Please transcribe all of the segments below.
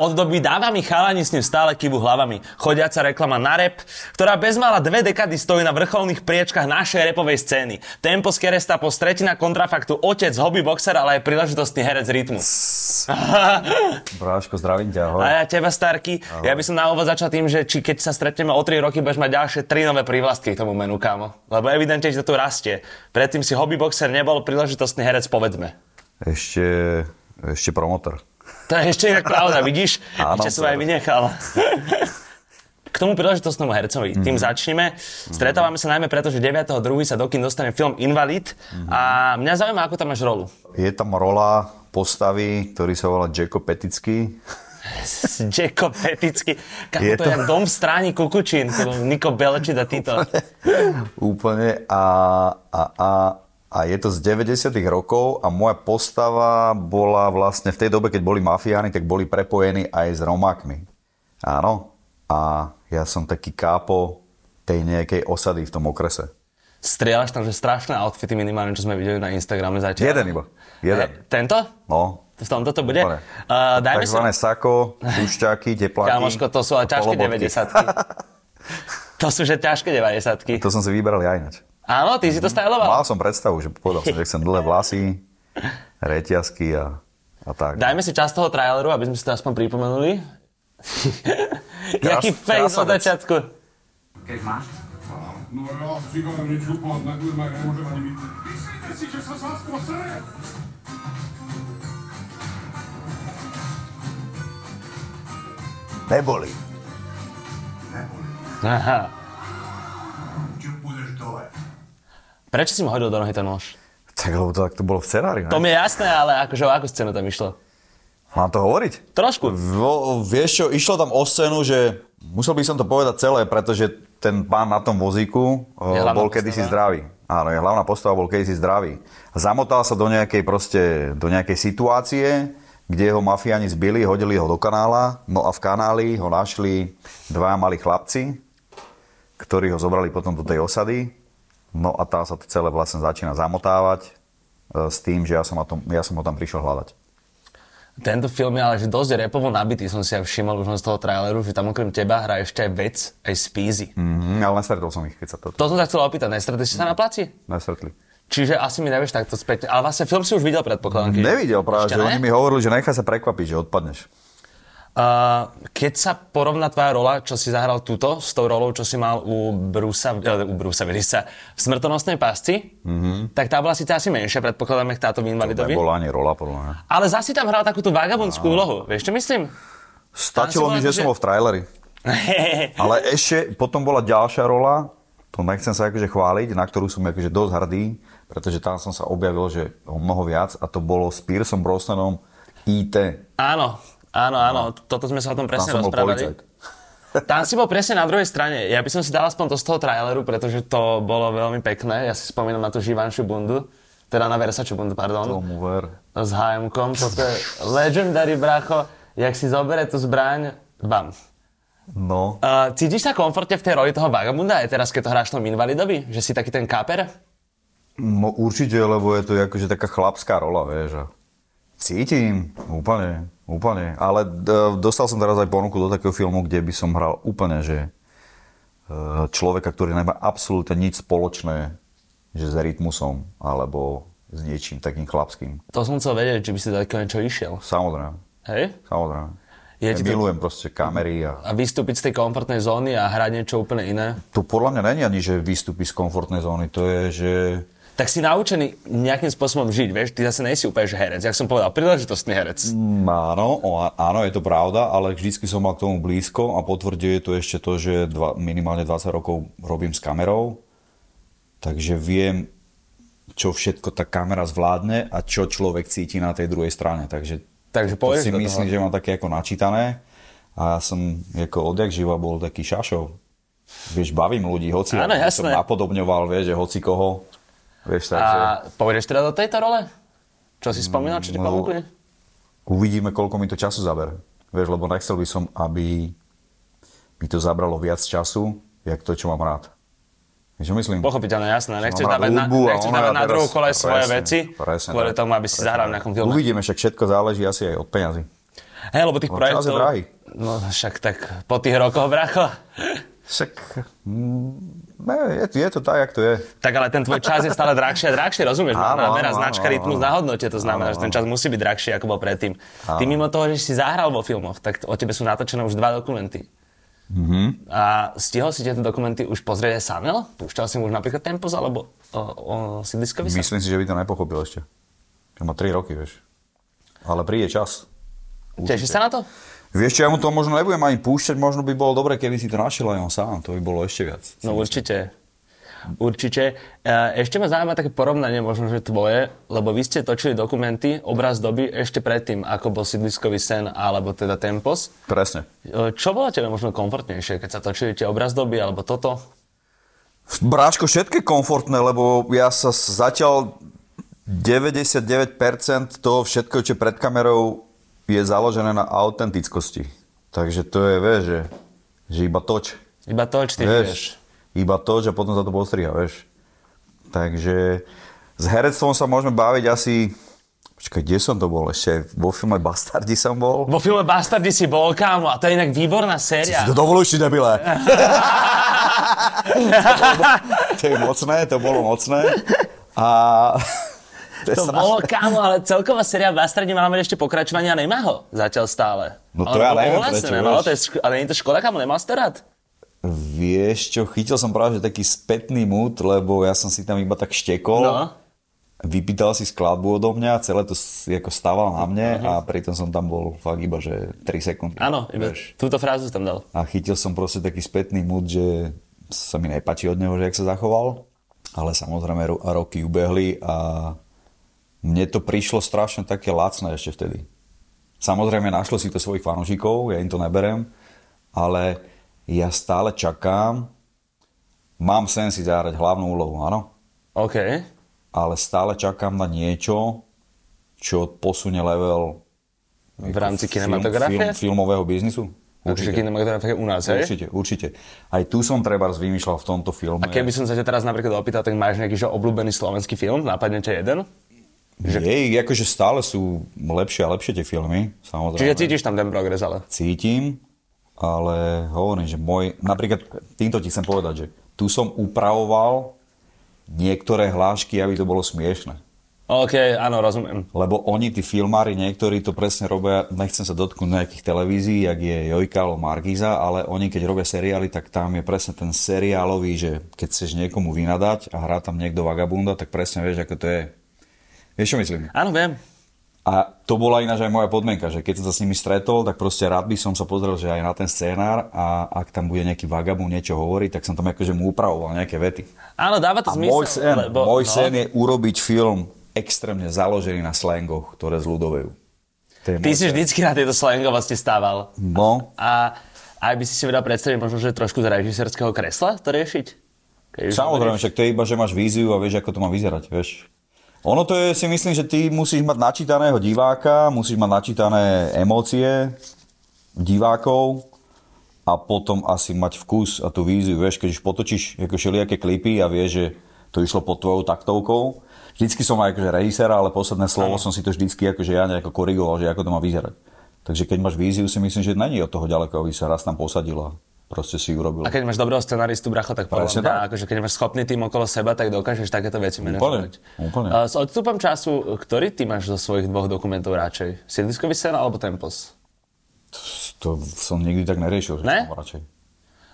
Od doby dávami chalani s ním stále kýbu hlavami. Chodiaca reklama na rep, ktorá bezmála dve dekady stojí na vrcholných priečkách našej repovej scény. Tempo z Keresta po stretina kontrafaktu otec, hobby boxer, ale aj príležitostný herec rytmu. Bráško, zdravím ťa, ahoj. A ja teba, Starky, ja by som na úvod začal tým, že či keď sa stretneme o 3 roky, budeš mať ďalšie 3 nové prívlastky k tomu menu, kámo. Lebo evidentne ti to tu rastie. Predtým si hobbyboxer nebol príležitostný herec, povedzme. Ešte, ešte promotor. To je ešte inak pravda, vidíš? Áno, ešte som aj pravda. vynechal. K tomu príležitostnému hercovi. Tým Mhm. začneme. Stretávame sa najmä preto, že 9.2. sa do kín dostane film Invalid Mhm. a mňa zaujíma, ako tam máš rolu. Je tam rola postavy, ktorý sa volá Jacko Petický. Jacob Petický. Kako Je to, je to- jak dom v stráni Kukučín. To bol Niko Belečit a títo. Úplne. A, a, a, a je to z 90 rokov a moja postava bola vlastne v tej dobe, keď boli mafiáni, tak boli prepojení aj s Romákmi. Áno. A ja som taký kápo tej nejakej osady v tom okrese. Strieľaš tam, že strašné outfity minimálne, čo sme videli na Instagrame zatiaľ. Jeden iba. Jeden. E, Tento? No. V tomto to bude? Úplne. Uh, dajme sa... Takzvané sako, púšťaky, tepláky. Kámoško, to sú a ale ťažké polobotky. 90 To sú že ťažké 90 To som si vybral ja ináč. Áno, ty si to styloval. Mal som predstavu, že povedal som, že chcem dlhé vlasy, reťazky a, a tak. Dajme si čas toho traileru, aby sme si to aspoň pripomenuli. Jaký Krás- face od krásavec. začiatku. No jo, říkám, on mě čupal, tak už mají nemůžeme ani mít. Myslíte si, že jsem z vás posere? Neboli. Aha. Čup budeš dole. Prečo si mu hodil do nohy ten nôž? Tak lebo to, tak to bolo v scenári, To ne? mi je jasné, ale akože o akú scénu tam išlo? Mám to hovoriť? Trošku. Vo, vieš čo, išlo tam o scénu, že musel by som to povedať celé, pretože ten pán na tom vozíku o, Je hlavná bol postava. kedysi zdravý. Áno, je hlavná postava bol kedysi zdravý. Zamotal sa do nejakej proste, do nejakej situácie, kde ho mafiáni zbili, hodili ho do kanála, no a v kanáli ho našli dva malí chlapci, ktorí ho zobrali potom do tej osady. No a tá sa to celé vlastne začína zamotávať e, s tým, že ja som, na tom, ja som ho tam prišiel hľadať. Tento film je ale že dosť repovo nabitý, som si ja všimol už len z toho traileru, že tam okrem teba hrá ešte aj vec, aj Spízy. Mhm, ale nestretol som ich, keď sa to To som sa chcel opýtať, nestretli si sa na placi? nestretli. Čiže asi mi nevieš takto späť, ale vlastne film si už videl predpokladám. keď- Nevidel práve, Ešte že ne? oni mi hovorili, že nechá sa prekvapiť, že odpadneš. Uh, keď sa porovná tvoja rola, čo si zahral tuto, s tou rolou, čo si mal u Brusa, eh, u Brusa Willisa v smrtonosnej pasci, mm-hmm. tak tá bola síce asi menšia, predpokladáme, k táto Mhm. v To Invalidovi. nebola ani rola, podľa mňa. Ale zasi tam hral takú tú vagabondskú úlohu, vieš čo myslím? Stačilo mi, že Tam si bola akože- som bol v traileri. Ale ešte potom bola ďalšia rola, to nechcem sa akože chváliť, na ktorú som akože dosť hrdý, pretože tam som sa objavil, že o mnoho viac a to bolo s Piersom Brosnanom IT. áno, áno, áno, toto sme sa o tom No. Tam presne som bol rozprávali. policajt. Tam si bol presne na druhej strane. Ja by som si dal aspoň to z toho traileru, pretože to bolo veľmi pekné. Ja si spomínam na tú živanšiu bundu, teda na Versace bundu, pardon. Tomu ver. No, s HM-kom, toto je legendary, bracho, jak si zobere tú zbraň, bam. No, Uh, cítiš sa komfortne v tej roli toho vagabunda aj teraz, keď to hráš v tom invalidovi? Že si taký ten káper? no určite, lebo je to akože taká chlapská rola, vieš. A cítim, úplne, úplne. Ale d- dostal som teraz aj ponuku do takého filmu, kde by som hral úplne, že e, človeka, ktorý nemá absolútne nič spoločné, že s rytmusom, alebo s niečím takým chlapským. To som chcel vedieť, či by si do takého niečo išiel. Samozrejme, Hej? samozrejme. Ja, Ja ti to- milujem proste kamery a A vystúpiť z tej komfortnej zóny a hrať niečo úplne iné. to podľa mňa není ani, že výstupy z komfortnej zóny, to je, že Tak si naučený nejakým spôsobom žiť, vieš? Ty zase nejsi úplne že herec, jak som povedal, príležitostný herec. Mm, áno, o, áno, je to pravda, ale vždycky som mal k tomu blízko a potvrduje to ešte to, že dva, minimálne 20 rokov robím s kamerou, takže viem, čo všetko tá kamera zvládne a čo človek cíti na tej druhej strane, takže Takže to pôjdeš si do toho. myslím, že mám také ako načítané a ja som ako odjak živa bol taký šašov. Vieš, bavím ľudí, hoci ako Áno, som jasné. napodobňoval, vieš, že hoci koho. Vieš, takže A pôjdeš teda do tejto role? Čo si spomínal, čo ti no. ponúkli? uvidíme, koľko mi to času zabere. Vieš, lebo nechcel by som, aby mi to zabralo viac času, jak to, čo mám rád. Vieš, čo myslím? Pochopiteľne, jasné. Nechceš mám rád dávať na, hudbu a nechceš ono ja dávať na teraz- druhú kole svoje presne, veci, presne kvôli tak, tomu, aby si presne zahral tak. v nejakom filme. Uvidíme, však všetko záleží asi aj od peňazí. Hej, lebo tých Lebo čas je projektov... drahý. No však tak po tých rokoch, bracho. Však, mm, ne, je, je to tak, jak to je. Tak ale ten tvoj čas je stále drahšie a drahšie, rozumieš? Áno, Áno, Námera, áno, značka, áno, rytmus áno. na hodnote, to znamená, Áno, že ten čas musí byť drahší, ako bol predtým. Ty mimo toho, že si zahral vo filmoch, tak o tebe sú natočené už dva dokumenty. Mm-hmm. Mhm. A stihol si tieto dokumenty už pozrieť aj sám, no? Púšťal si mu už napríklad Tempos alebo o, o sídliskovi sa? Myslím si, že by to nepochopil ešte. Ja má 3 roky, vieš. Ale príde čas. Tešíš sa na to? Vieš čo, ja mu to možno nebudem ani púšťať, možno by bolo dobre, keby si to našiel aj on sám, to by bolo ešte viac. No určite. Určite. E, Ešte ma zaujíma také porovnanie možno, že tvoje, lebo vy ste točili dokumenty, obraz doby, ešte predtým, ako bol Sidliskový sen alebo teda Tempos. Presne. E, Čo bolo tebe možno komfortnejšie, keď sa točili tie obraz doby alebo toto? Bráško, všetko je komfortné, lebo ja sa s- zatiaľ 99% toho všetko, čo je pred kamerou, je založené na autentickosti. Takže to je, vieš, že, že iba toč. Iba to, čo ty vieš. Iba to, že potom sa to postriha, vieš. Takže s herectvom sa môžeme baviť asi... Počkaj, kde som to bol? Ešte vo filme Bastardi som bol? Vo filme Bastardi si bol, kámo, a to je inak výborná séria. Si to dovolujú, debile. to je mocné, to bolo mocné. A... je To strašné. bolo, kámo, ale celková séria Bastardi mala mať ešte pokračovanie a nemá ho zatiaľ stále. No to Ale ja bolo neviem ohlásené, prečo, no, vieš. to je, šk- ale nie je to škoda, kámo, nemal si to rád? Vieš čo, chytil som práve že taký spätný mút, lebo ja som si tam iba tak štekol. No. Vypýtal si skladbu odo mňa, celé to s- ako stával na mne a pritom som tam bol fakt iba, že 3 sekundy. Mhm. Áno, iba Vieš. túto frázu si tam dal. A chytil som proste taký spätný mút, že sa mi nepáči od neho, že jak sa zachoval. Ale samozrejme ro- roky ubehli a mne to prišlo strašne také lacné ešte vtedy. Samozrejme našlo si to svojich fanúšikov, ja im to neberem, ale ja stále čakám, mám sen si zahrať hlavnú úlohu, áno, OK. ale stále čakám na niečo, čo posune level V rámci film- kinematografie? Film, filmového biznisu. Takže kinematografia u nás, hej? Určite, určite. Aj tu som treba vymýšľal v tomto filme. A keby som sa ťa teraz napríklad opýtal, tak máš nejaký že obľúbený slovenský film? Napadne ťa jeden? Že... Jej, akože stále sú lepšie a lepšie tie filmy, samozrejme. Čiže cítiš tam ten progres, ale... Cítim, ale hovorím, že môj... Napríklad týmto ti chcem povedať, že tu som upravoval niektoré hlášky, aby to bolo smiešne. OK, áno, rozumiem. Lebo oni, tí filmári, niektorí to presne robia, nechcem sa dotknúť nejakých televízií, jak je Jojka alebo Margiza, ale oni keď robia seriály, tak tam je presne ten seriálový, že keď chceš niekomu vynadať a hrá tam niekto vagabunda, tak presne vieš, ako to je. Vieš, čo myslím? Áno, viem. A to bola ináč aj moja podmienka, že keď som sa s nimi stretol, tak proste rád by som sa pozrel, že aj na ten scénár a ak tam bude nejaký vagabund niečo hovoriť, tak som tam akože mu upravoval nejaké vety. Áno, dáva A to zmysel. môj sen, lebo- môj no. sen je urobiť film extrémne založený na slangoch, ktoré zľudovejú. To je Ty môj si sen. vždycky na tieto slangovosti stával. No, A aj by si si vedel predstaviť možno, že trošku z režisérskeho kresla to riešiť? Keď už samozrejme, hovoríš. však to je iba, že máš víziu a vieš, ako to má vyzerať, vieš. Ono to je, si myslím, že ty musíš mať načítaného diváka, musíš mať načítané emócie divákov a potom asi mať vkus a tú víziu, vieš, keď už potočíš ako všelijaké klipy a vieš, že to išlo pod tvojou taktovkou. Vždycky som aj akože režisér, ale posledné slovo som si to vždycky akože ja nejako korigoval, že ako to má vyzerať. Takže keď máš víziu, si myslím, že není od toho ďaleko, aby sa raz tam posadila. Proste si ju urobil. A keď máš dobrého scenaristu, bracho, tak podľa Presne mňa, tak. akože keď máš schopný tým okolo seba, tak dokážeš takéto veci manažovať. úplne. A S odstupom času, ktorý ty máš zo svojich dvoch dokumentov radšej? Siedliskový sen alebo Tempos? To som nikdy tak neriešil, že Ne? som radšej.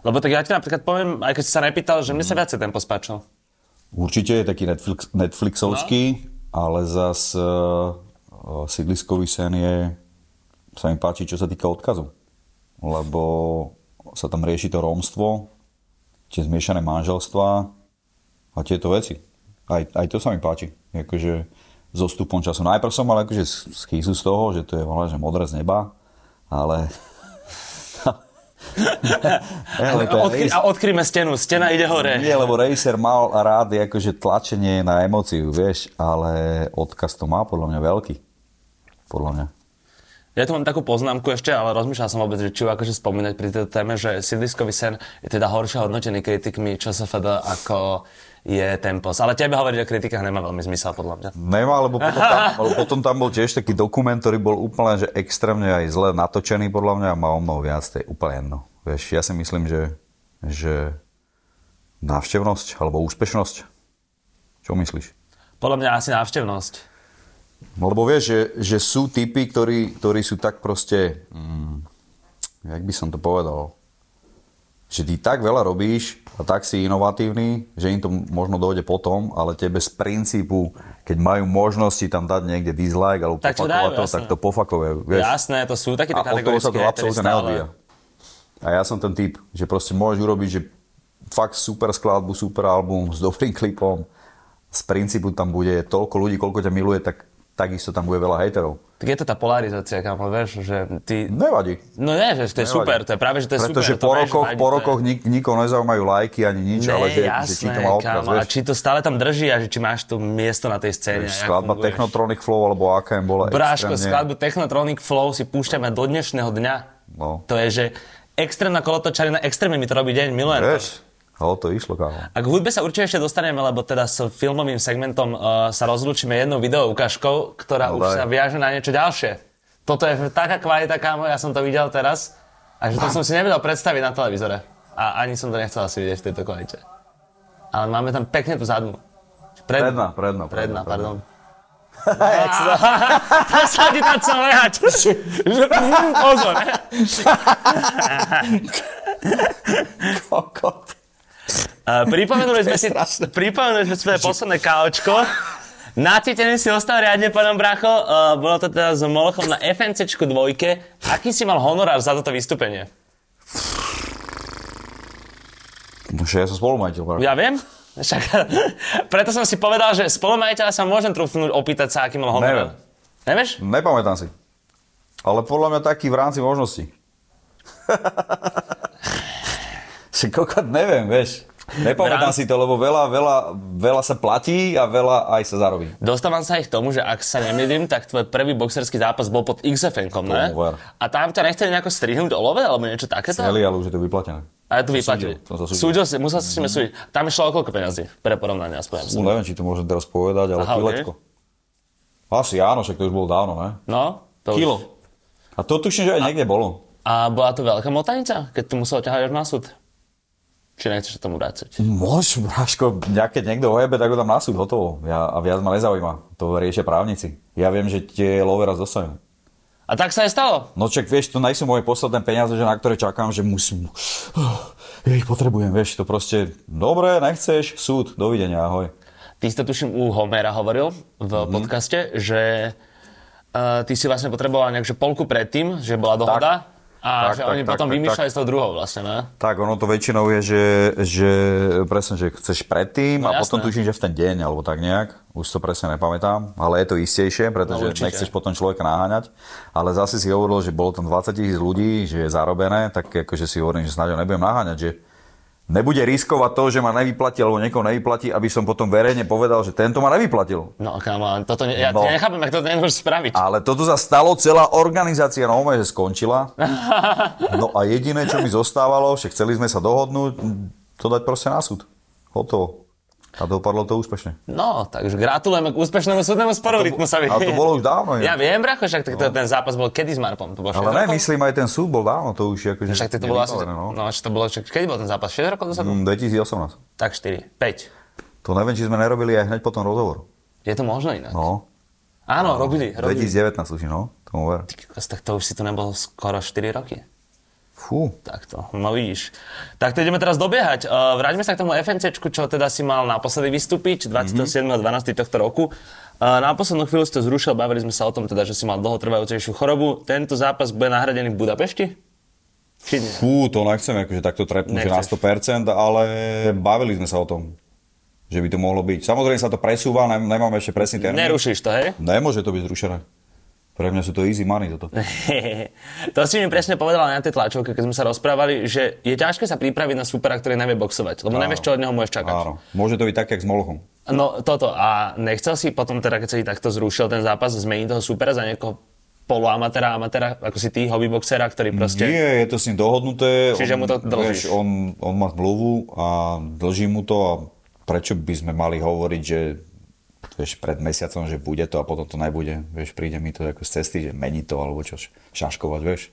Lebo tak ja ti napríklad poviem, aj keď si sa nepýtal, že mne sa viacej Tempos páčil. Určite je taký Netflix, Netflixovský, ale zas uh, sídliskový sen je, sa mi páči, čo sa týka odkazu. Lebo sa tam rieši to rómstvo, tie zmiešané manželstva a tieto veci. Aj, aj to sa mi páči. Akože so stupom času. No Najprv som mal akože schýzu z toho, že to je voľa, že modré z neba, ale Ale to je Odkry, Racer- a odkryme stenu, stena ide hore. Nie, lebo Racer mal rád akože tlačenie na emóciu, vieš, ale odkaz to má podľa mňa veľký. Podľa mňa. Ja tu mám takú poznámku ešte, ale rozmýšľal som vôbec, že či ju akože spomínať pri tejto téme, že Sídliskový sen je teda horšie hodnotený kritikmi ČSFD ako je Tempos. Ale tebe hovoriť o kritikách nemá veľmi zmysel, podľa mňa. Nemá, lebo potom tam, lebo potom tam bol tiež taký dokument, ktorý bol úplne že extrémne aj zle natočený podľa mňa a má o mnoho viac, to je úplne jedno. Vieš, ja si myslím, že, že návštevnosť alebo úspešnosť. Čo myslíš? Podľa mňa asi návštevnosť. No lebo vieš, že, že sú typy, ktorí, ktorí sú tak proste, mm, jak by som to povedal, že ty tak veľa robíš a tak si inovatívny, že im to možno dojde potom, ale tebe z princípu, keď majú možnosti tam dať niekde dislike alebo Tak to pofakovať dajú, to, jasné. tak to pofakové. Vieš? Jasné, to sú takíto a od toho sa kategorické, to absolútne ktorí stále- neodvíja. A ja som ten typ, že proste môžeš urobiť, že fakt super skladbu, super album s dobrým klipom. Z princípu tam bude toľko ľudí, koľko ťa miluje, tak takisto tam bude veľa hejterov. Tak je to tá polarizácia, kamo, vieš, že ty... Nevadí. No nie, že to je Nevadí. super, to je práve, že to je Pretože super. po to vieš, rokoch, vadí, po to je- rokoch nik, nikoho nezaujímajú lajky ani nič, Ne, ale že, jasné, že či to má odkaz, kámo, vieš. a či to stále tam drží a že či máš tu miesto na tej scéne. a jak skladba funguješ. Technotronic Flow alebo AKM bola Bráško, extrémne... skladbu Technotronic Flow si púšťame do dnešného dňa. No. To je, že extrémna kolotočarina, extrémne mi to robí deň, milujem to. Vieš, o to išlo, kámo. A k hudbe sa určite ešte dostaneme, lebo teda s filmovým segmentom uh, sa rozlúčime jednou video ukážkou, ktorá No už daj. sa viaže na niečo ďalšie. Toto je taká kvalita, kámo, ja som to videl teraz, a že to som si nevedel predstaviť na televízore. A ani som to nechcel asi vidieť v tejto kvalite. Ale máme tam pekne tú zadnú. Predná, predná, predná, Predná, predná. pardon. To sa ti tam chcel lehať. Že- Pozor. A Pripomenuli sme si, pripomenuli sme si svoje posledné káočko. Nacítený si ostal riadne, pánom Bracho. Uh, bolo to teda s Molochom na FNCčku dvojke. Aký si mal honorár za toto vystúpenie? Že ja som spolumajiteľ. bráško. Ja viem. Však, preto som si povedal, že spolumajiteľa sa môžem trúfnúť opýtať sa, aký mal honorár. Nevieš? Nepamätám si. Ale podľa mňa taký v rámci možností. Si kokot neviem, vieš. Nepamätám V rámci- si to, lebo veľa, veľa, veľa sa platí a veľa aj sa zarobí. Dostávam sa aj k tomu, že ak sa nemýlim, tak tvoj prvý boxerský zápas bol pod XFN-kom, ne? To ver. A tam ťa nechceli nejako strihnúť olove alebo niečo takéto? Celý, ale už je to vyplatené. A tu Súdil, vyplatili. to sa súdil. Súdil si, musel si s nimi súdiť. Tam išlo o koľko peniazy? Pre porovnanie aspoň. No, neviem, či to môžem teraz povedať, ale Aha, Aha, ok. kilečko. Asi áno, však to už bolo dávno, ne? No, to už- Kilo. A to tuším, že aj niekde bolo. A bola to veľká motanica, keď tu musel ťahať až na súd. Či nechceš sa tomu vrácať. Môž, Braško, ja keď niekto ojebe, tak ho tam na súd, hotovo. Ja, a viac ma nezaujíma. To riešia právnici. Ja viem, že tie lovera dostanú. A tak sa aj stalo. No čak vieš, to nejsú moje posledné peniaze, že na ktoré čakám, že musím... Ja ich potrebujem, vieš, to proste... Dobre, nechceš, súd, dovidenia, ahoj. Ty si to tuším u Homera hovoril v Mhm. podcaste, že uh, ty si vlastne potreboval nejak, že polku predtým, že bola dohoda. a Tak, že tak, oni tak, potom tak, vymýšľali z toho druhou vlastne, ne? Tak, ono to väčšinou je, že, že presne, že chceš predtým No a jasné. potom tuším, že v ten deň, alebo tak nejak. Už to presne nepamätám, ale je to istejšie, No, pretože určite. nechceš potom človeka naháňať. Ale zase si hovoril, že bolo tam 20 tisíc ľudí, že je zarobené, tak akože si hovorím, že snáď ho nebudem naháňať, že nebude riskovať to, že ma nevyplatí alebo niekoho nevyplatí, aby som potom verejne povedal, že tento ma nevyplatil. No, kámo, ale toto ne, ja, No. ja nechápem, ak toto nemôžeš spraviť. Ale toto sa stalo, celá organizácia normálne, že skončila. No a jediné, čo mi zostávalo, že chceli sme sa dohodnúť, to dať proste na súd. Hotovo. A dopadlo to úspešne. No, takže gratulujeme k úspešnému súdnemu sporu, Rytmusovi. Ale to bolo už dávno. Ja Ja, viem, Bracho, však tak to, ten zápas bol kedy s Marpom? To bolo ale šesť ne, rokov? myslím aj ten súd bol dávno, to už je akože... Však tak to bolo asi... nevybavené, No, No. no čo to bolo, čo, kedy bol ten zápas? 6 rokov dozadu? Mm, 2018. Tak 4, 5. To neviem, či sme nerobili aj hneď po tom rozhovoru. Je to možno inak? No, Áno, robili, robili. 2019 už, no, tomu ver. Ty kokos, Tak to už si tu nebol skoro 4 roky. Fú, Takto, no vidíš. Tak to ideme teraz dobiehať. Uh, vráťme sa k tomu FNCčku, čo teda si mal naposledy vystúpiť 27.12. tohto roku. Uh, na poslednú chvíľu si to zrušil, bavili sme sa o tom teda, že si mal dlhotrvajúcejšiu chorobu. Tento zápas bude nahradený v Budapešti? Či nie? Fú, to nechcem akože takto trepnúť, že na Nechceš. 100%, ale bavili sme sa o tom, že by to mohlo byť. Samozrejme sa to presúva, ne- nemáme ešte presný termín. Nerušíš to, hej? Nemôže to byť zrušené. Pre mňa sú to easy money toto. to si mi presne povedala na tej tlačovke, keď sme sa rozprávali, že je ťažké sa pripraviť na supera, ktorý nevie boxovať, lebo nevieš, čo od neho môžeš čakať. Áno. Môže to byť tak, jak s Molochom. No toto, a nechcel si potom teda, keď sa ti takto zrušil ten zápas, zmeniť toho supera za niekoho poloamatéra, amatéra, ako si ty, hobbyboxera, ktorý proste... Nie, je to s ním dohodnuté. on, Čiže mu to dlžíš. Vieš, on, on má zmluvu a dlží mu to a prečo by sme mali hovoriť, že vieš, pred mesiacom, že bude to a potom to nebude. Vieš, príde mi to ako z cesty, že mení to alebo čo, š- šaškovať, vieš.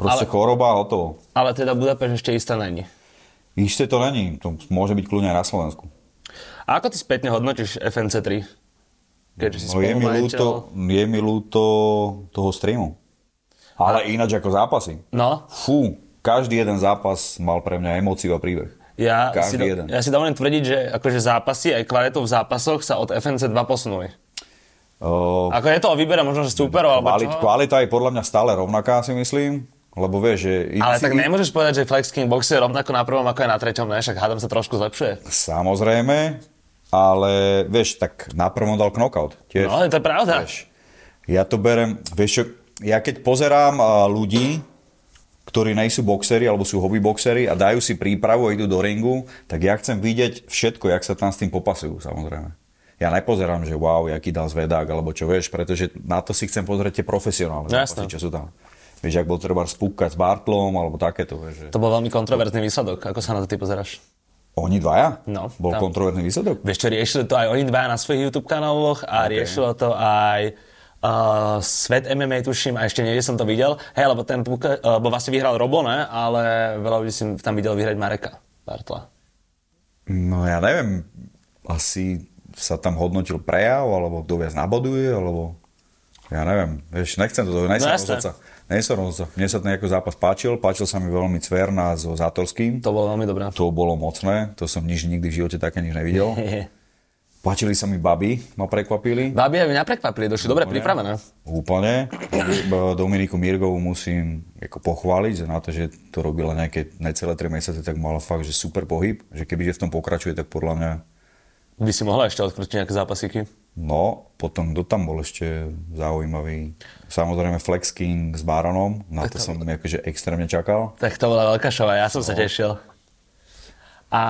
Proste Ale- choroba a hotovo. Ale teda Budapešť ešte istá není. Isté to není, to môže byť kľudne aj na Slovensku. A ako ty spätne hodnotíš FNC3? Keďže si No, je, mi spolumajiteľ- ľúto, je mi ľúto toho streamu. Ale ináč ako zápasy. No, Fú, každý jeden zápas mal pre mňa emóciu a príbeh. ja Každý si, do, jeden. ja si dovolím tvrdiť, že akože zápasy aj kvalitou v zápasoch sa od FNC2 posunuli. O, Ako je to o výbere možno, že superov alebo Kvalit, čo? kvalita je podľa mňa stále rovnaká, si myslím. Lebo vieš, že... Ale si- tak nemôžeš povedať, že Flex King Box je rovnako na prvom ako aj na treťom, ne? Však hádam sa trošku zlepšuje. Samozrejme, ale vieš, tak na prvom dal knockout. Tiež. No, to je pravda. Vieš, ja to berem, vieš čo, ja keď pozerám a, ľudí, ktorí nejsú boxery alebo sú hobby boxery a dajú si prípravu a idú do ringu, tak ja chcem vidieť všetko, jak sa tam s tým popasujú, samozrejme. Ja nepozerám, že wow, jaký dal zvedák, alebo čo vieš, pretože na to si chcem pozrieť tie profesionálne No, zápasy, jasné. čo sú tam. Vieš, ak bol treba spúkať s Bartlom, alebo takéto, vieš, že... To bol veľmi kontroverzný výsledok. Ako sa na to ty pozeráš? Oni dvaja? No, Bol tam. kontroverzný výsledok? Vieš čo, riešili to aj oni dva na svojich YouTube kanáloch a okay. riešilo to aj uh, Svet MMA, tuším, a ešte niekde som to videl. Hej, lebo ten Puka, uh, bo vlastne vyhral Robo, ne? Ale veľa ľudí si tam videl vyhrať Mareka Bartla. No ja neviem, asi sa tam hodnotil prejav, alebo kto viac naboduje, alebo ja neviem, vieš, nechcem to, nejsem No no, jasné. rozhodca. Nejsem rozhodca. Mne sa ten ako zápas páčil, páčil sa mi veľmi Cverna so Zátorským. To, To bolo veľmi dobré. to bolo mocné, to som nič, nikdy v živote také nič nevidel. Páčili sa mi baby, ma prekvapili. Babi aj mňa prekvapili, došli dobre pripravené. Úplne. Dominiku Mirgovu musím ako pochváliť že na to, že to robila nejaké necelé 3 mesiace, tak mala fakt, že super pohyb. Že kebyže v tom pokračuje, tak podľa mňa By si mohla ešte odkrútiť nejaké zápasíky. No, potom kto tam bol ešte zaujímavý? Samozrejme Flex King s Baronom, na to som akože extrémne čakal. Tak to bola veľká šova, ja som sa tešil. A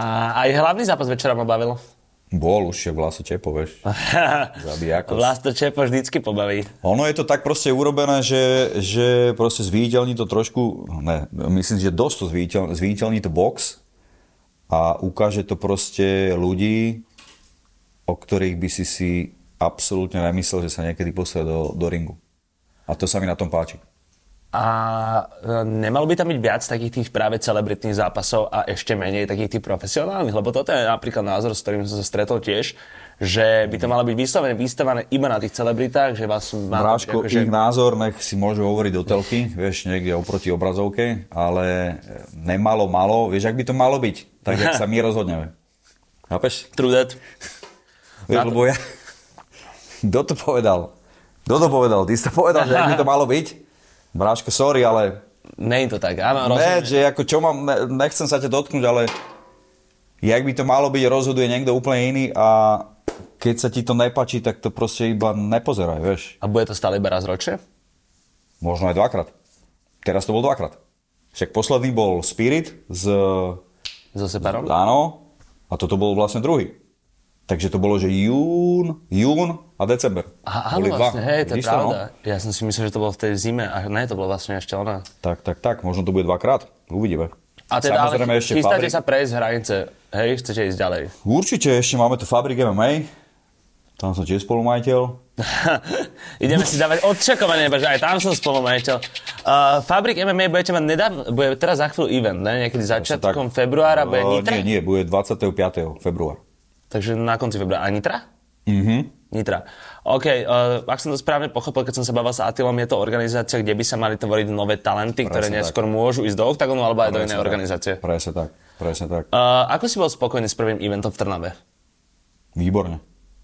aj hlavný zápas večera ma bavil. Bol už však Vlaso Čepo, vieš, zabijakos. Vlasto Čepo vždycky pobaví. Ono je to tak proste urobené, že, že proste zviditeľní to trošku, ne, myslím, že dosť to zviditeľ, zviditeľní to box a ukáže to proste ľudí, o ktorých by si si absolútne nemyslel, že sa niekedy posle do, do ringu. A to sa mi na tom páči. A e, nemalo by tam byť viac takých tých práve celebritných zápasov a ešte menej takých tých profesionálnych? Lebo toto je napríklad názor, s ktorým som sa stretol tiež, že by to malo byť vyslovene vystavané iba na tých celebritách, že vás má... to Mráčko, byť akože- ich názor, nech si môžu hovoriť do telky, vieš, niekde oproti obrazovke, ale e, nemalo, malo, vieš, ak by to malo byť, tak jak sa my rozhodneme. Chápeš? True that. Vieš, Na to- lebo ja... Kto to povedal? Kto to povedal? Ty si to povedal, že ak by to malo byť? Mráčko, sorry, ale Není to tak, ne, áno, rozumiem. že ako čo mám, ne, nechcem sa ťa dotknúť, ale jak by to malo byť, rozhoduje niekto úplne iný a keď sa ti to nepáči, tak to proste iba nepozeraj, vieš. A bude to stále iba raz ročne? Možno aj dvakrát. Teraz to bol dvakrát. Však posledný bol Spirit z So Separom? Áno a toto bol vlastne druhý. Takže to bolo, že jún, jún a december. Aha, Boli áno, dva. vlastne, hej, to je Vidíš to, no? pravda. Ja som si myslel, že to bolo v tej zime, a ne, to bolo vlastne ešte ono. Tak, tak, tak, možno to bude dvakrát. Uvidíme. A teda, Samozrejme ale ešte chystáte Fabrik. sa prejsť hranice, hej, chcete ísť ďalej. Určite ešte máme tu Fabrik MMA. Tam som tiež spolumajiteľ. Ideme si dávať odčakovanie, že aj tam som spolumajiteľ. Uh, Fabrik MMA budete mať nedav... bude teraz za chvíľu event, ne? Niekedy začiatkom Tak- februára bude Eh, Nitra? Nie, nie, bude 25. február. Takže na konci februára. A Nitra? Mhm. Nitra. OK, uh, ak som to správne pochopil, keď som sa bavil s Atilom, je to organizácia, kde by sa mali tvoriť nové talenty, ktoré Presne neskôr môžu ísť do OKTAGONu alebo aj do Presne inej tak. organizácie. Presne tak, presne tak. Uh, ako si bol spokojný s prvým eventom v Trnave? Výborne.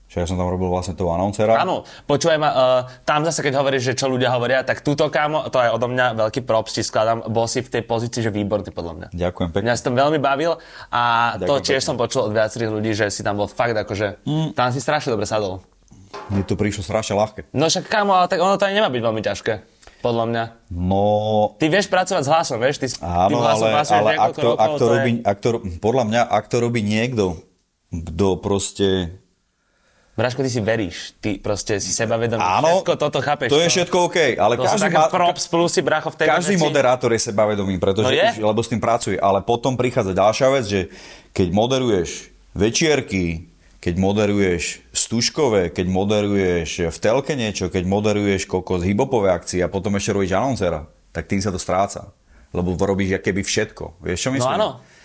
Však ja som tam robil vlastne toho announcera. Áno, počúvaj ma, uh, tam zase keď hovoríš, že čo ľudia hovoria, tak túto kámo, to je odo mňa veľký props, ti skladám, bol si v tej pozícii, že výborný podľa mňa. Ďakujem pekne. Mňa si tam veľmi bavil a Ďakujem to tiež pekne. Mm. som počul od viacerých ľudí, že si tam bol fakt akože, tam si strašne dobre sadol. Mne to prišlo strašne ľahké. No však kámo, ale tak ono to aj nemá byť veľmi ťažké. Podľa mňa. No, Ty vieš pracovať s hlasom, vieš? Ty, s- tým Áno, hlasom ale, pracuješ ale ak, niekoľko to, ak rokov, to je- robí, ak to, podľa mňa, ak to robí niekto, kto proste... Braško, ty si veríš, ty proste si sebavedomý, Áno, všetko toto chápeš. to je všetko OK, ale To sú každý, také má, props plusy, bracho, v tej každý veci. moderátor je sebavedomý, pretože No je. už, lebo s tým pracuje. Ale potom prichádza ďalšia vec, že keď moderuješ večierky, keď moderuješ stužkové, keď moderuješ v telke niečo, keď moderuješ kokos hibopové akcie a potom ešte robíš anoncera, tak tým sa to stráca. Lebo robíš keby všetko. Vieš, čo myslím? No áno.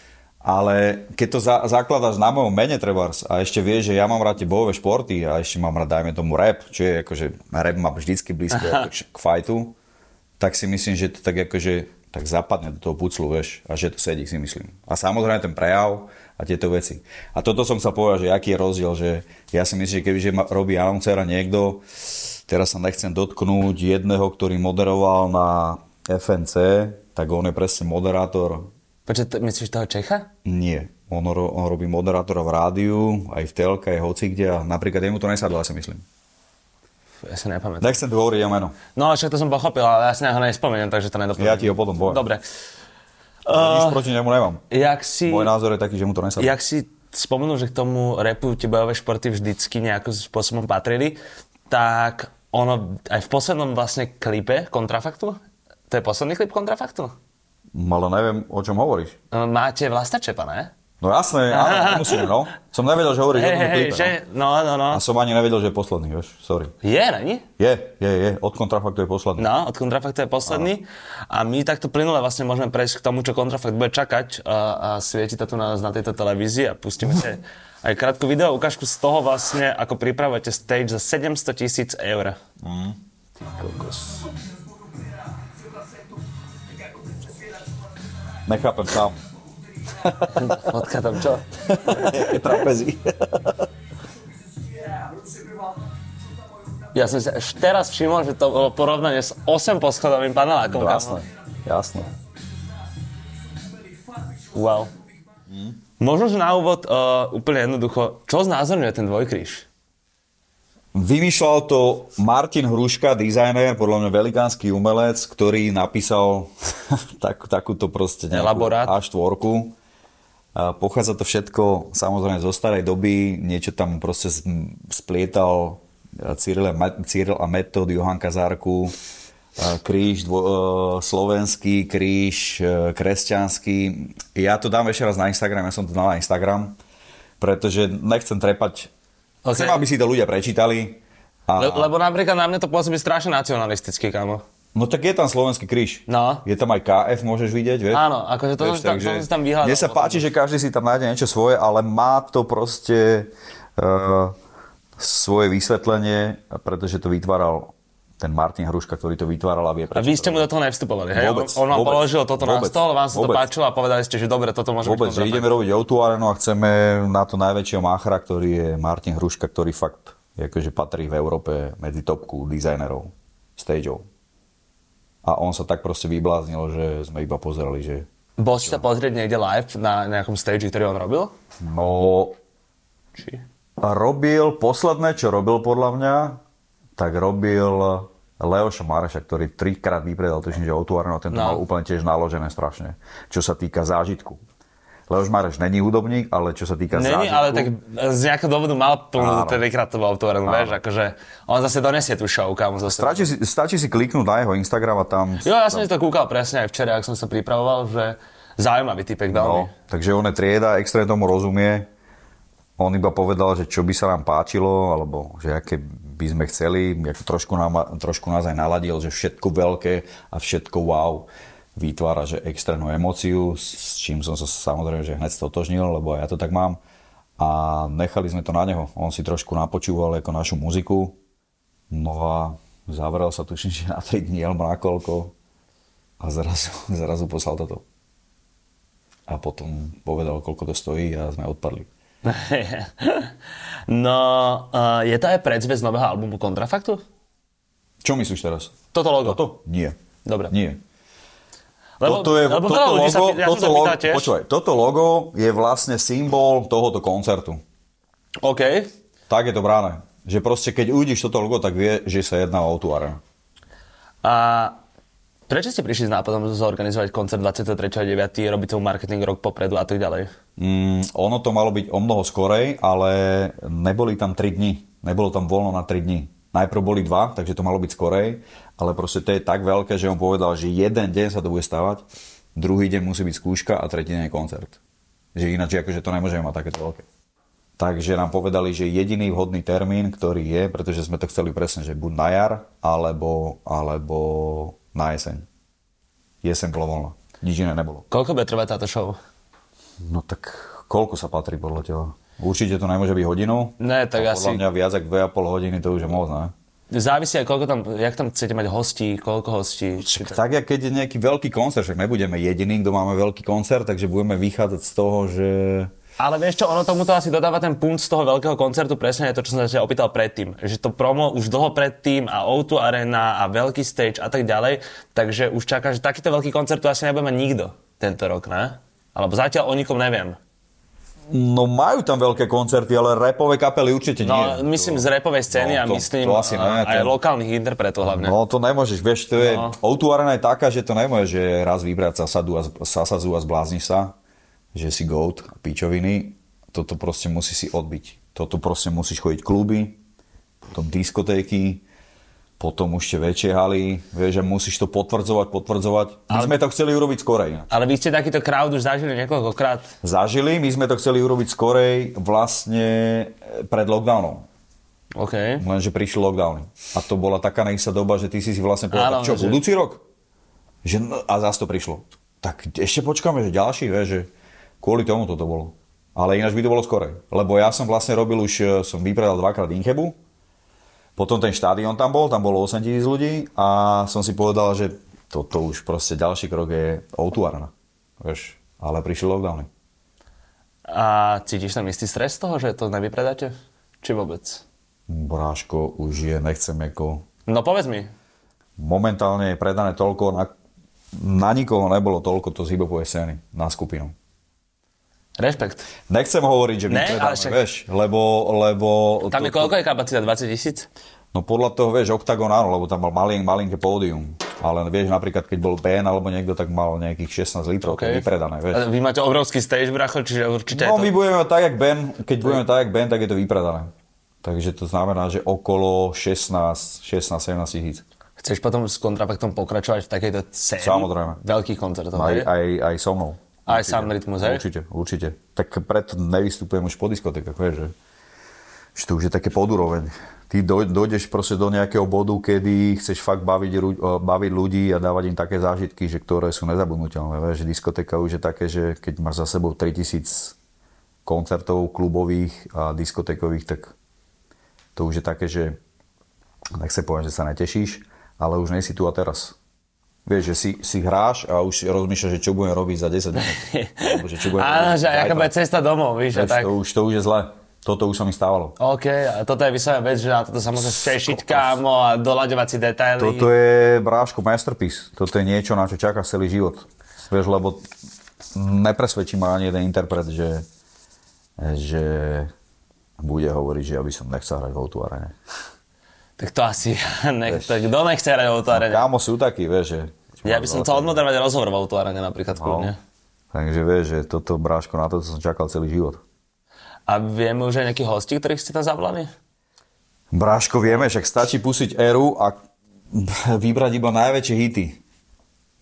Ale keď to za- zakladáš na mojom mene Trebars a ešte vieš, že ja mám rád tie bojové športy a ešte mám rád, dajme tomu, rap, čo je akože, rap mám vždycky blízko akože, k fajtu, tak si myslím, že to tak akože tak zapadne do toho puclu, vieš, a že to sedí, si myslím. A samozrejme ten prejav a tieto veci. A toto som sa povedal, že aký je rozdiel, že ja si myslím, že kebyže ma- robí anoncera niekto, teraz sa nechcem dotknúť jedného, ktorý moderoval na FNC, tak on je presne moderátor Počkaj, to- myslíš toho Čecha? nie. On, ro- on robí moderátora v rádiu, aj v telke, aj hoci kde. A napríklad jemu to nesadlo, ja si myslím. Fú, Ja si nepamätám. Nechcem tu hovoriť jeho meno. No, však to som pochopil, ale ja si na ho nespomeniem, takže to nedopoviem. Ja ti ho potom poviem. Dobre. Eh, Uh, Nič proti nemu nemám. Jak si, Môj názor je taký, že mu to nesadlo. jak si spomenul, že k tomu repu tie bojové športy vždycky nejakým spôsobom patrili, tak ono aj v poslednom vlastne klipe Kontrafaktu, to je posledný klip Kontrafaktu, Ale neviem, o čom hovoríš. máte vlastačepa, ne? No jasné, áno, musím, no. Som nevedel, že hovoríš Hej, o tom hej, klipe. že? no. No, no, no. A som ani nevedel, že je posledný, vieš, sorry. Je, není? Je, je, je, od kontrafaktu je posledný. No, od Kontrafaktu je posledný. A my takto plynule vlastne môžeme prejsť k tomu, čo Kontrafakt bude čakať a, a svieti to tu na nás na tejto televízii a pustíme si aj- aj krátku video ukážku z toho vlastne, ako pripravujete stage za 700 tisíc eur. Nechápem sám. Fotka tam čo? Trapezy. Ja som si až teraz všimol, že to bolo porovnanie s 8 poschodovým No, panelákom. kámo. jasné, jasné. Wow. Možno, že na úvod uh, úplne jednoducho, čo znázorňuje ten dvojkríž? Vymýšľal to Martin Hruška, dizajner, podľa mňa velikánsky umelec, ktorý napísal tak, takúto proste nejakú Elaborát. A4. A Pochádza to všetko samozrejme zo starej doby, niečo tam proste z- m, splietal e, Cyril a, Ma- Cyril a Metod, Johan Kazárku, e, kríž dvo, e, slovenský, kríž e, kresťanský. Ja to dám ešte raz na Instagram, ja som to dal na Instagram, pretože nechcem trepať Ok. Chcem, aby si to ľudia prečítali. A, Le- lebo napríklad na mňa to pôsobí strašne nacionalisticky, kámo. no tak je tam slovenský kríž. No. Je tam aj KF, môžeš vidieť, vieš? Áno, akože to som si tam- to som si tam vyhľadal Mne sa potom. páči, že každý si tam nájde niečo svoje, ale má to proste uh, svoje vysvetlenie, pretože to vytváral ten Martin Hruška, ktorý to vytváral a vie A prečo. vy to ste mu do toho nevstupovali, hej? Vôbec, on, on vám vôbec, položil toto na vôbec, stôl, vám sa to vôbec. páčilo a povedali ste, že dobre, toto môže Vôbec, byť že kontrafakt. ideme robiť o no a chceme na to najväčšieho máchra, ktorý je Martin Hruška, ktorý fakt akože patrí v Európe medzi topku dizajnerov, stageov. A on sa tak proste vybláznil, že sme iba pozerali, že Bol si sa pozrieť niekde live na nejakom stage, ktorý on robil? no Či? robil posledné, čo robil podľa mňa, tak robil Leoša Mareša, ktorý trikrát vypredal, tuším, že otvorenú, ten to No. mal úplne tiež naložené strašne, čo sa týka zážitku. Leoš Mareš není hudobník, ale čo sa týka Není, zážitku... ale tak z nejakého dôvodu mal plnú Áno. trikrát to bol otvorený, vieš, akože on zase donesie tú show, kam zo sebou. Stačí si, stačí si kliknúť na jeho Instagram tá? a tam... Jo, ja som si to kúkal presne aj včera, ak som sa pripravoval, že zaujímavý typek veľmi. No, takže on je trieda, extrémne tomu rozumie. On iba povedal, že čo by sa nám páčilo, alebo že aké by sme chceli. Ako trošku, nám, trošku nás aj naladil, že všetko veľké a všetko wow vytvára že extrémnu emóciu, s s čím som sa samozrejme že hneď stotožnil, lebo aj ja to tak mám. A nechali sme to na neho. On si trošku napočúval ako našu muziku. No a zavrel sa tuším, že na 3 dní alebo na koľko. A zrazu, zrazu poslal toto a potom povedal, koľko to stojí a sme odpadli. no, uh, je to aj predzvesť nového albumu Kontrafaktu? Čo myslíš teraz? Toto logo. Toto? Nie. Dobre. Nie. Lebo, toto je, lebo toto veľa ľudí logo, sa pýta, ja som toto, sa logo, pýtal tiež. počúvaj, toto logo je vlastne symbol tohoto koncertu. OK. Tak je to bráne. Že proste, keď uvidíš toto logo, tak vie, že sa jedná o Outuara. A prečo ste prišli s nápadom zorganizovať koncert 23.9., robiť tomu marketing rok popredu a tak ďalej? Mm, ono to malo byť o mnoho skorej, ale neboli tam 3 dni. Nebolo tam voľno na 3 dni. Najprv boli dva, takže to malo byť skorej, ale proste to je tak veľké, že on povedal, že jeden deň sa to bude stávať, druhý deň musí byť skúška a tretí deň je koncert. Že ináč akože to nemôžeme mať takéto veľké. Takže nám povedali, že jediný vhodný termín, ktorý je, pretože sme to chceli presne, že buď na jar, alebo, alebo na jeseň. Jeseň bolo voľno. Nič iné nebolo. Koľko bude trvať táto show? No tak koľko sa patrí podľa teba? Určite to nemôže byť hodinou. Ne, tak A No, asi- Podľa mňa viac ako 2,5 hodiny to už je moc, ne? Závisí aj koľko tam, jak tam chcete mať hostí, koľko hostí. Či to... Tak, jak keď je nejaký veľký koncert, však nebudeme jediný, kto máme veľký koncert, takže budeme vychádzať z toho, že... Ale vieš čo, ono tomuto asi dodáva ten punt z toho veľkého koncertu, presne je to, čo som sa ťa opýtal predtým. Že to promo už dlho predtým a O2 Arena a veľký stage a tak ďalej, takže už čaká, že takýto veľký koncert tu asi nebude mať nikto tento rok, ne? Alebo zatiaľ o nikom neviem. No majú tam veľké koncerty, ale repové kapely určite nie. No, myslím z repovej scény no, a to- myslím to asi ne, a- aj to- lokálnych interpretov hlavne. No to nemôžeš, vieš, to je... No. O2 Arena je taká, že to nemôžeš, že raz vybrať sa sadu a, z- sasazu a zblázniš sa, že si goat a pičoviny. Toto proste musí si odbiť. Toto proste musíš chodiť kluby, potom diskotéky, potom už tie väčšie haly, vieš, že musíš to potvrdzovať, potvrdzovať. My sme to chceli urobiť skorej. Ale vy ste takýto crowd už zažili niekoľkokrát. Zažili, my sme to chceli urobiť skorej vlastne e, pred lockdownom. OK. Lenže prišli lockdowny. A to bola taká neistá doba, že ty si si vlastne povedal, tak Áno, čo, že- budúci rok? Že, no, a zás to prišlo. Tak ešte počkáme, že ďalší, vieš, že kvôli tomu toto bolo. Ale ináč by to bolo skore. Lebo ja som vlastne robil už, e, som vypredal dvakrát Inchebu, potom ten štádion tam bol, tam bolo 8 tisíc ľudí a som si povedal, že toto už proste ďalší krok je O2 Arena. Vieš, ale prišli lockdowny. A cítiš tam istý stres z toho, že to nevypredáte? Či vôbec? Bráško už je, nechcem ako No povedz mi. momentálne je predané toľko, na, na nikoho nebolo toľko to z hibopovej scény na skupinu. Rešpekt. Nechcem hovoriť, že my Ne, ale predáme, však- vieš, lebo, lebo Tam je koľko je kapacita? 20 tisíc? no podľa toho, vieš, Octagon áno, lebo tam mal malin, malinké pódium. Ale vieš, napríklad, keď bol Ben alebo niekto, tak mal nejakých 16 litrov, okay. to je vypredané, vieš. Vy máte obrovský stage, bracho, čiže určite No my je to... budeme tak, jak Ben, keď budeme tak, jak Ben, tak je to vypredané. Takže to znamená, že okolo 16, 16-17 tisíc. Chceš potom s kontrapaktom pokračovať v takejto scéne? Samozrejme. Veľkých koncertov, Aj, hej? Aj, aj, aj so mnou. sám rytmus, hej? Určite, určite. Tak preto nevystupujem už po diskotékach, vieš, že, že to už je také podúroveň. Ty doj- dojdeš proste do nejakého bodu, kedy chceš fakt baviť, ru- eh, baviť ľudí a dávať im také zážitky, že ktoré sú nezabudnutelné. Vieš, že diskotéka už je také, že keď máš za sebou 3000 koncertov klubových a diskotékových, tak to už je také, že nechcem povedať, že sa netešíš, ale už nejsi tu a teraz. Vieš, že si, si hráš a už si rozmýšľaš, že čo budem robiť za 10 minút. Alebo že čo budem Áno, robiť že zajtra. aká bude cesta domov, víš, a Vieš, tak. to, už, to už je zle. Toto už sa mi stávalo. OK, a toto je vyslovene vec, že na toto sa môžeš tešiť, kámo, a doľaďovať si detaily. Toto je, bráško, masterpiece. Toto je niečo, na čo čakáš celý život. Vieš, lebo nepresvedčí ma ani jeden interpret, že, že bude hovoriť, že ja by som nechcel hrať v o arene. Tak to asi, nech, tak kto nechce hrať o otvorene? Kámo sú takí, vieš, že... Ja by no, som chcel odmoderovať rozhovor o otvorene napríklad kľudne. Takže vieš, že toto bráško, na toto som čakal celý život. A vieme už aj nejakých hostí, ktorých ste tam zavolali? Bráško, vieme, však stačí pustiť Eru a vybrať iba najväčšie hity.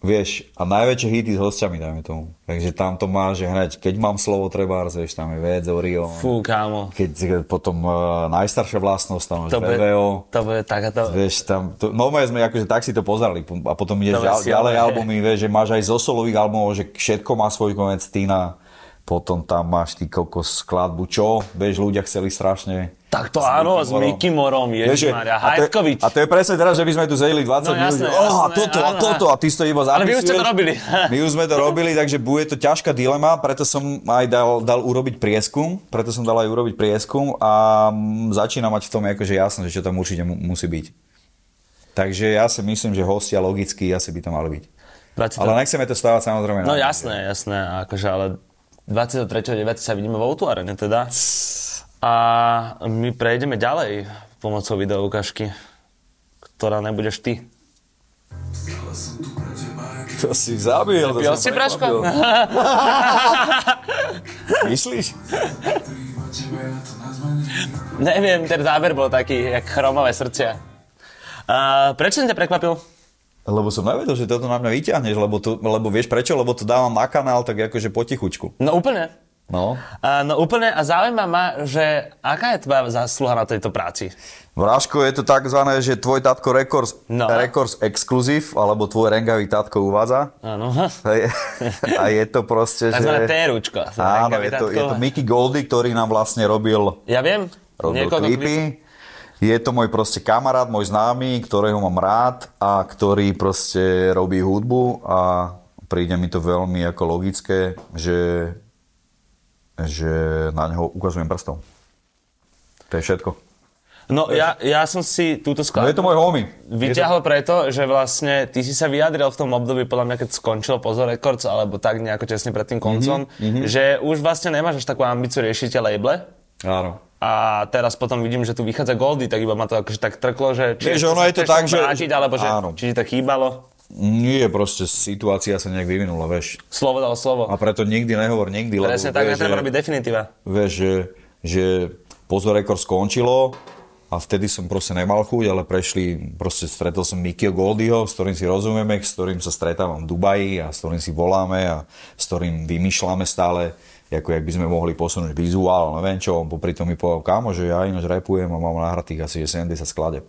Vieš, a najväčšie hity s hostiami, dajme tomu. Takže tam to má, že hneď, keď mám slovo treba, vieš, tam je vec, Orion. Fú, kámo. Keď potom uh, najstaršia vlastnosť, tam máš To bude, VVO. to bude takáto... Vieš, tam, to, no my sme akože tak si to pozerali pum, a potom ideš Dobre, ďal, si ďalej ale- albumy, vieš, že máš aj zo solových albumov, že všetko má svoj konec Tina, potom tam máš ty kokos skladbu, čo, vieš, ľudia chceli strašne. Tak to áno, s Mickey Morom. Mickým Morom, Vieš, že- a, Ježimaria, to je, Hajtkovič. a to je presne teraz, že by sme tu zajeli 20 No ľudí. Oh, jasné, a jasné, toto, a áno, toto, a ty si to iba Ale vy už ste to zapisuješ. robili. My už sme to robili, takže bude to ťažká dilema, preto som aj dal, dal urobiť prieskum, preto som dal aj urobiť prieskum a mm, začína mať v tom akože jasno, že čo tam určite mu, musí byť. Takže ja si myslím, že hostia logicky asi by tam mali byť. 20. Ale nechceme to stávať samozrejme. na- No jasné, jasné, akože, ale 23.9. sa vidíme vo Outu Arene teda. A my prejdeme ďalej. pomocou videoukážky, ktorá nebudeš ty. To si zabil. to Pil som si, Braško? prekvapil. Myslíš? Neviem, ten záber bol taký, jak chromové srdcia. Uh, prečo som ťa prekvapil? Lebo som nevedel, že toto na mňa vyťahneš, lebo, to, lebo vieš prečo? Lebo to dávam na kanál tak akože potichučku. No úplne. No. Uh, no úplne a zaujíma ma, že aká je tvoja zásluha na tejto práci? Vráško, je to takzvané, že tvoj tatko Records, No. no. Records Exclusive, alebo tvoj rengavý tatko uvádza. Áno. A je, a je to proste, že... Takzvané TRUčko. Áno, je to, je to Mickey Goldy, ktorý nám vlastne robil Ja viem. robil niekoľko klipy. klipov. Je to môj proste kamarát, môj známy, ktorého mám rád a ktorý proste robí hudbu a príde mi to veľmi ako logické, že, že na neho ukazujem prstom. To je všetko. No ja, ja som si túto No je skladbu to môj homie. vyťahol preto, že vlastne ty si sa vyjadril v tom období, podľa mňa, keď skončil Pozor Records, alebo tak nejako tesne pred tým koncom, Mhm, mm-hmm. že už vlastne nemáš až takú ambíciu riešiť tie label. Áno. A teraz potom vidím, že tu vychádza Goldy, tak iba ma to akože tak trklo, že či Vieš, ono je to chceš tak, tomu že- vrátiť, alebo že, áno. či ti to chýbalo. Nie, proste situácia sa nejak vyvinula, vieš. Slovo dalo slovo. A preto nikdy nehovor nikdy, lebo Presne tak, vieš, netreba že- robiť definitíva. vieš, že, že pozor rekord skončilo a vtedy som proste nemal chuť, ale prešli, proste stretol som Mikio Goldyho, s ktorým si rozumieme, s ktorým sa stretávam v Dubaji a s ktorým si voláme a s ktorým vymýšľame stále, ako jak by sme mohli posunúť vizuál, neviem čo, on popri tom mi povedal, kámo, že ja ináč repujem a mám nahratých asi 70 skladeb.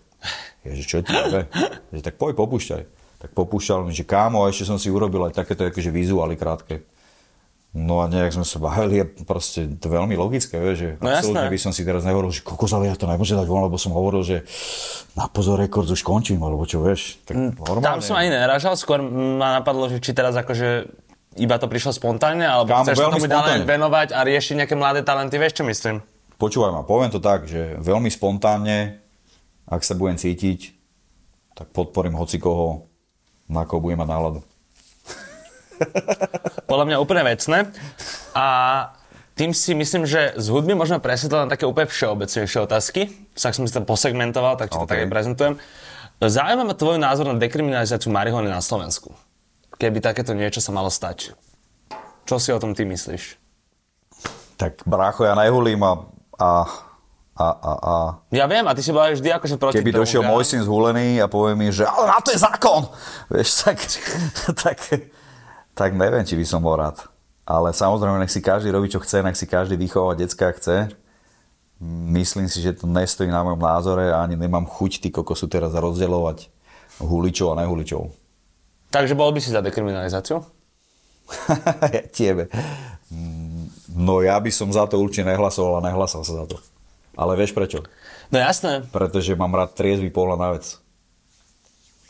Ja, že čo ti jebe? Že tak poj, popúšťaj. Tak popúšťal mi, že kámo, a ešte som si urobil aj takéto akože vizuály krátke. No a nejak sme sa bavili a proste to je veľmi logické, vieš, že No absolútne jasné. by som si teraz nehovoril, že kokos, ale ja to nemôžem dať von, lebo som hovoril, že na pozor rekord už končím, alebo čo, vieš, tak Tam normálne. Mm, som ani neražal, skôr ma napadlo, že či teraz akože iba to prišlo spontánne, alebo Kámo, chceš sa veľmi tomu ďalej spontánne. venovať a riešiť nejaké mladé talenty, vieš čo myslím? Počúvaj ma, poviem to tak, že veľmi spontánne, ak sa budem cítiť, tak podporím hocikoho, na koho budem mať náladu. Podľa mňa úplne vecné. A tým si myslím, že z hudby môžeme presvetliť na také úplne všeobecnejšie otázky. Tak som si to posegmentoval, tak ti to OK. také prezentujem. Zaujíma ma tvoj názor na dekriminalizáciu marihuany na Slovensku. Keby takéto niečo sa malo stať. Čo si o tom ty myslíš? Tak brácho, ja nehulím a, a, a, a, a. Ja viem, a ty si bol aj vždy akože proti Keby drogám. došiel môj syn zhulený a povie mi, že ale na to je zákon, vieš, tak, tak, tak neviem, či by som bol rád. Ale samozrejme, nech si každý robí, čo chce, nech si každý vychová decka, ak chce. Myslím si, že to nestojí na mojom názore a ani nemám chuť ty kokosu teraz rozdeľovať huličov a nehuličov. Takže bol by si za dekriminalizáciu? ja tiebe. Mm, No ja by som za to určite nehlasoval a nehlasal sa za to. Ale vieš prečo? No jasné. pretože mám rád triezvy pohľad na vec.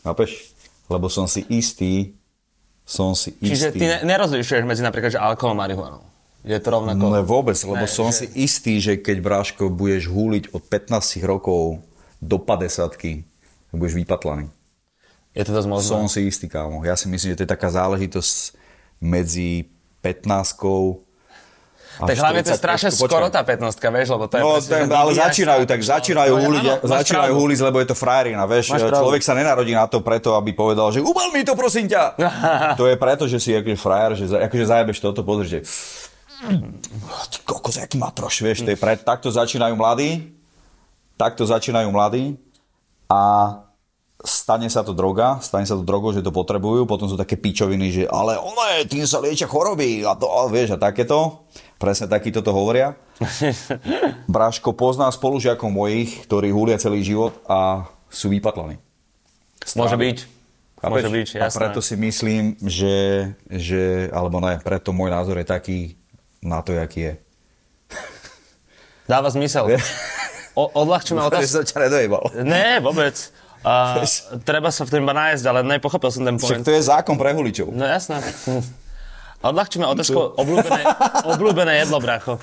Chápeš? Lebo som si istý, som si Čiže istý. ty ne- nerozlišuješ medzi napríklad že alkoholom a marihuanou. Je to rovnako. No vôbec, lebo Ne, som že- si istý, že keď bráško budeš húliť od 15 rokov do 50 budeš vypatlaný. Je to dosť možné. Som si istý, kámo. Ja si myslím, že to je taká záležitosť medzi 15 a Tak hlavne to 45. je strašne Počkaj. skoro tá 15 vieš, lebo to je... No, presne, ten, že ty ale vyvíjaš začínajú, sa. tak začínajú No, huliť, áno, máš začínajú pravdu. huliť, lebo je to frajerina, vieš. e, Máš pravdu. Človek sa nenarodí na to preto, aby povedal, že ubal mi to, prosím ťa. to je preto, že si akože frajer, že za- akože zajebeš toto, pozri, že ty kokos, aký matroš, vieš, to je pre, takto začínajú mladí, takto začínajú mladí a stane sa to droga, stane sa to drogou, že to potrebujú, potom sú také pičoviny, že ale ono je, tým sa liečia choroby a to, a vieš, a takéto. Presne takýto to hovoria. Bráško pozná spolužiakov mojich, ktorí húlia celý život a sú vypatlaní. Môže byť. Chápeš? Môže byť, a jasné. preto si myslím, že, že, alebo ne, preto môj názor je taký na to, jaký je. Dáva zmysel. O- Odľahčíme Takže otázku. som ťa nedojebal. Ne, vôbec. A, treba sa v tom iba nájsť, ale nepochopil som ten Však point. to je zákon pre huličov. No jasné. Odľahčíme otázku obľúbené, obľúbené jedlo, bracho.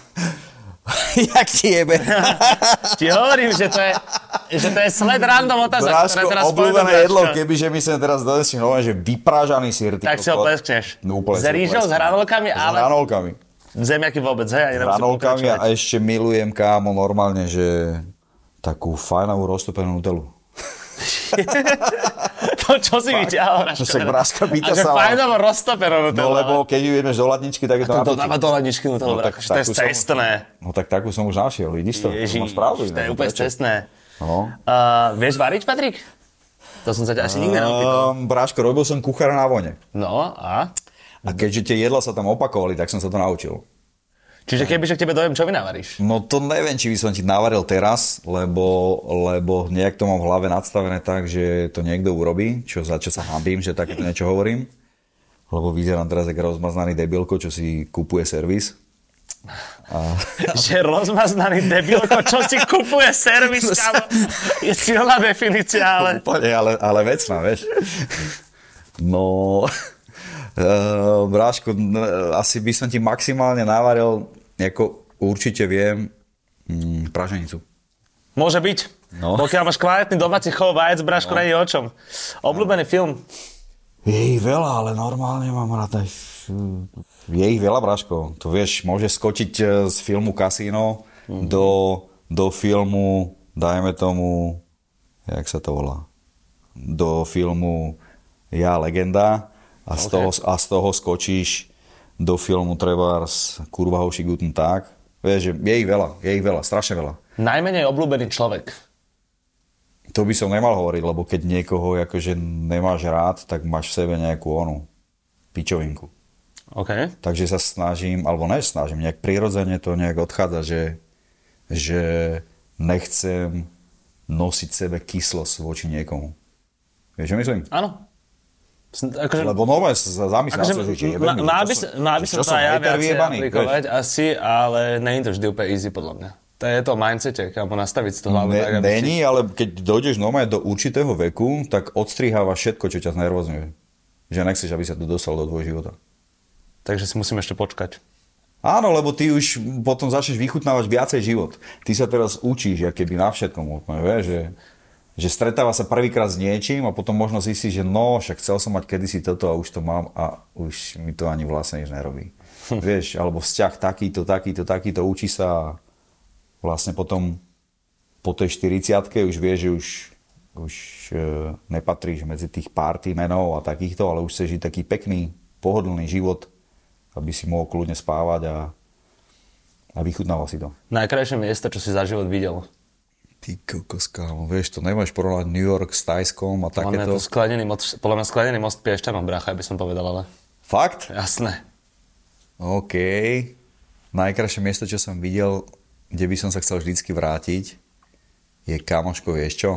Jak ti jebe? Ti hovorím, že to je, že to je sled random otázok, ktoré Bráško, teraz obľúbené povedom, jedlo, Braško. kebyže mi sem teraz donesli nové, že vyprážaný sír. ty Tak si ho kokot. pleskneš. No úplne S si ho rýžou, s plesknem. hranolkami, ale- S hranolkami. Zemiaky vôbec, hej, ani S nemusím hranolkami pokračovať. a ešte milujem kámo normálne, že takú fajnovú roztopenú nutelu. To čo si vyťahol, Raško? No Však Braška pýta A že sa, ale- fajnovo roztopené No lebo keď ju ideš do ladničky, tak je to To napitie. dáva do ladničky, no to No, tak je takú som- cestné. No tak takú som už našiel, vidíš to? Ježiš, to máš pravdu. to je inak, úplne prečo? cestné. No. Uh, vieš variť, Patrik? To som sa ťa asi nikdy neopýtal. Ehm, Bráško, robil som kuchára na vojne. No a? A keďže tie jedla sa tam opakovali, tak som sa to naučil. Čiže keby že k tebe dojem, čo vy navaríš? No to neviem, či by som ti navaril teraz, lebo, lebo nejak to mám v hlave nadstavené tak, že to niekto urobí, čo, za čo sa hambím, že takéto niečo hovorím. Lebo vyzerám teraz ako rozmaznaný debilko, čo si kupuje servis. Že rozmaznaný debilko, čo si kupuje servis, No, kámo. Je silná definícia, ale... Úplne, ale, ale vecná, vieš. No, uh, Bráško, n- asi by som ti maximálne navaril, ako určite viem, mm, praženicu. Môže byť. No. Pokiaľ máš kvalitný domáci chov vajec, Braško, no. není o čom. Obľúbený film. Je ich veľa, ale normálne mám rád aj... Je ich veľa, Braško. To vieš, môže skočiť e, z filmu Casino do, do filmu, dajme tomu, jak sa to volá, do filmu Ja legenda a, z, toho, a z toho skočíš do filmu Trebárs Kurva hoši guten tak. Vieš, že je ich veľa, je ich veľa, strašne veľa. Najmenej obľúbený človek. To by som nemal hovoriť, lebo keď niekoho akože nemáš rád, tak máš v sebe nejakú onu pičovinku. OK. Takže sa snažím, alebo ne snažím, nejak prirodzene to nejak odchádza, že, že nechcem nosiť v sebe kyslosť voči niekomu. Vieš, čo myslím? Áno. Sn- Akože, Lebo nové sa zamyslel akože, som, že či je ma- veľmi, má, čo by, som- sa- má by že sa čo to som, aj ja hejter viacej vyjebaný, vieš? aplikovať asi, ale nie je to vždy úplne easy podľa mňa. To je to o mindsete, kamo nastaviť si tú hlavu. tak, Ne, aby si- není, ale keď dojdeš normálne do určitého veku, tak odstriháva všetko, čo ťa znervozňuje. Že nechceš, aby sa to dostalo do tvojho života. Takže si musím ešte počkať. Áno, lebo ty už potom začneš vychutnávať viacej život. Ty sa teraz učíš, ja keby na všetkom úplne, vieš, že, že stretáva sa prvýkrát s niečím a potom možno zistíš, že no, však chcel som mať kedysi toto a už to mám a už mi to ani vlastne nič nerobí. Vieš, alebo vzťah takýto, takýto, takýto, učí sa a vlastne potom po tej 40 už vieš, že už, už e, nepatríš medzi tých party menov a takýchto, ale už chceš žiť taký pekný, pohodlný život, aby si mohol kľudne spávať a, a vychutnával si to. Najkrajšie miesto, čo si za život videl. Ty kokos, kámo, vieš, to nemôžeš porovnať New York s Tajskom a Podľa mňa, takéto. to skladený most, podľa mňa skladený most Piešťanom, brácha, by som povedal, ale Fakt? jasné. OK. Najkrajšie miesto, čo som videl, kde by som sa chcel vždycky vrátiť, je kamoško, vieš čo?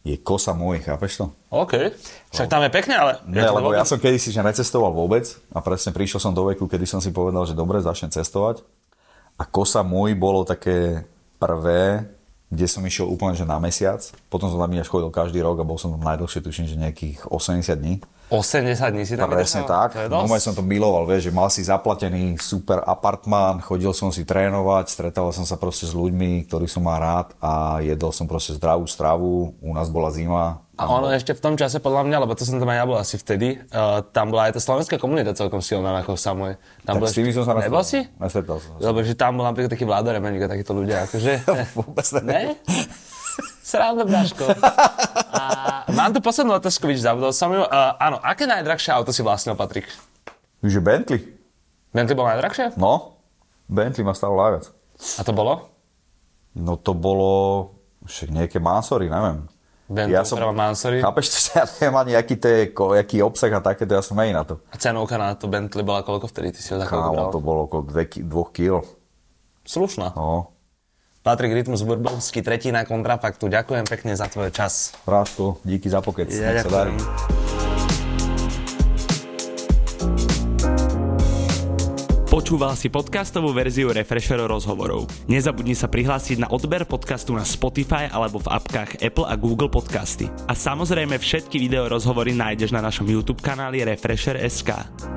Je kosa môj, chápeš to? OK. Však tam je pekne, ale... No. Ne, je to lebo ja dôvod- som kedysi že necestoval vôbec a presne prišiel som do veku, kedy som si povedal, že dobre, začnem cestovať. A kosa môj bolo také prvé, kde som išiel úplne že na mesiac. Potom som tam až chodil každý rok a bol som tam najdlhšie, tuším, že nejakých 80 dní. 80 dní si tam Presne vydržal? tak. To je dosť. Normálne som to miloval, vieš, že mal si zaplatený super apartmán, chodil som si trénovať, stretával som sa proste s ľuďmi, ktorých som mal rád a jedol som proste zdravú stravu. U nás bola zima. A ono ešte v tom čase, podľa mňa, lebo to som tam aj ja bol asi vtedy, uh, tam bola aj tá slovenská komunita celkom silná na Kosamoje. Tam Tak bola s tými som sa Nebol nestretol. si? Nestretol som sa. Lebo že tam bol napríklad taký Vlado Remeník a takíto ľudia, akože... Vôbec ne? Sranda, Braško. A mám tu poslednú otázku, vidíš, zabudol som ju. Uh, áno, aké najdrahšie auto si vlastnil, Patrik? Že Bentley? Bentley bol najdrahšie? No, Bentley ma stalo najviac. A to bolo? No to bolo však nejaké másory, neviem. Bentley, Trava Mansory. Chápeš, to ja neviem ani, aký, to je, ko, aký obsah a takéto, ja som nej na to. A cenovka na to Bentley bola koľko vtedy? Ty si ho za koľko bral? Kámo, to bolo okolo 2 kg. Slušná. No, Patrik Rytmus Burbovský, tretina kontrafaktu. Ďakujem pekne za tvoj čas. Ráško, díky za pokec. Nech sa darí. Počúval si podcastovú verziu Refresher rozhovorov. Nezabudni sa prihlásiť na odber podcastu na Spotify alebo v apkách Apple a Google Podcasty. A samozrejme všetky video rozhovory nájdeš na našom YouTube kanáli Refresher.sk.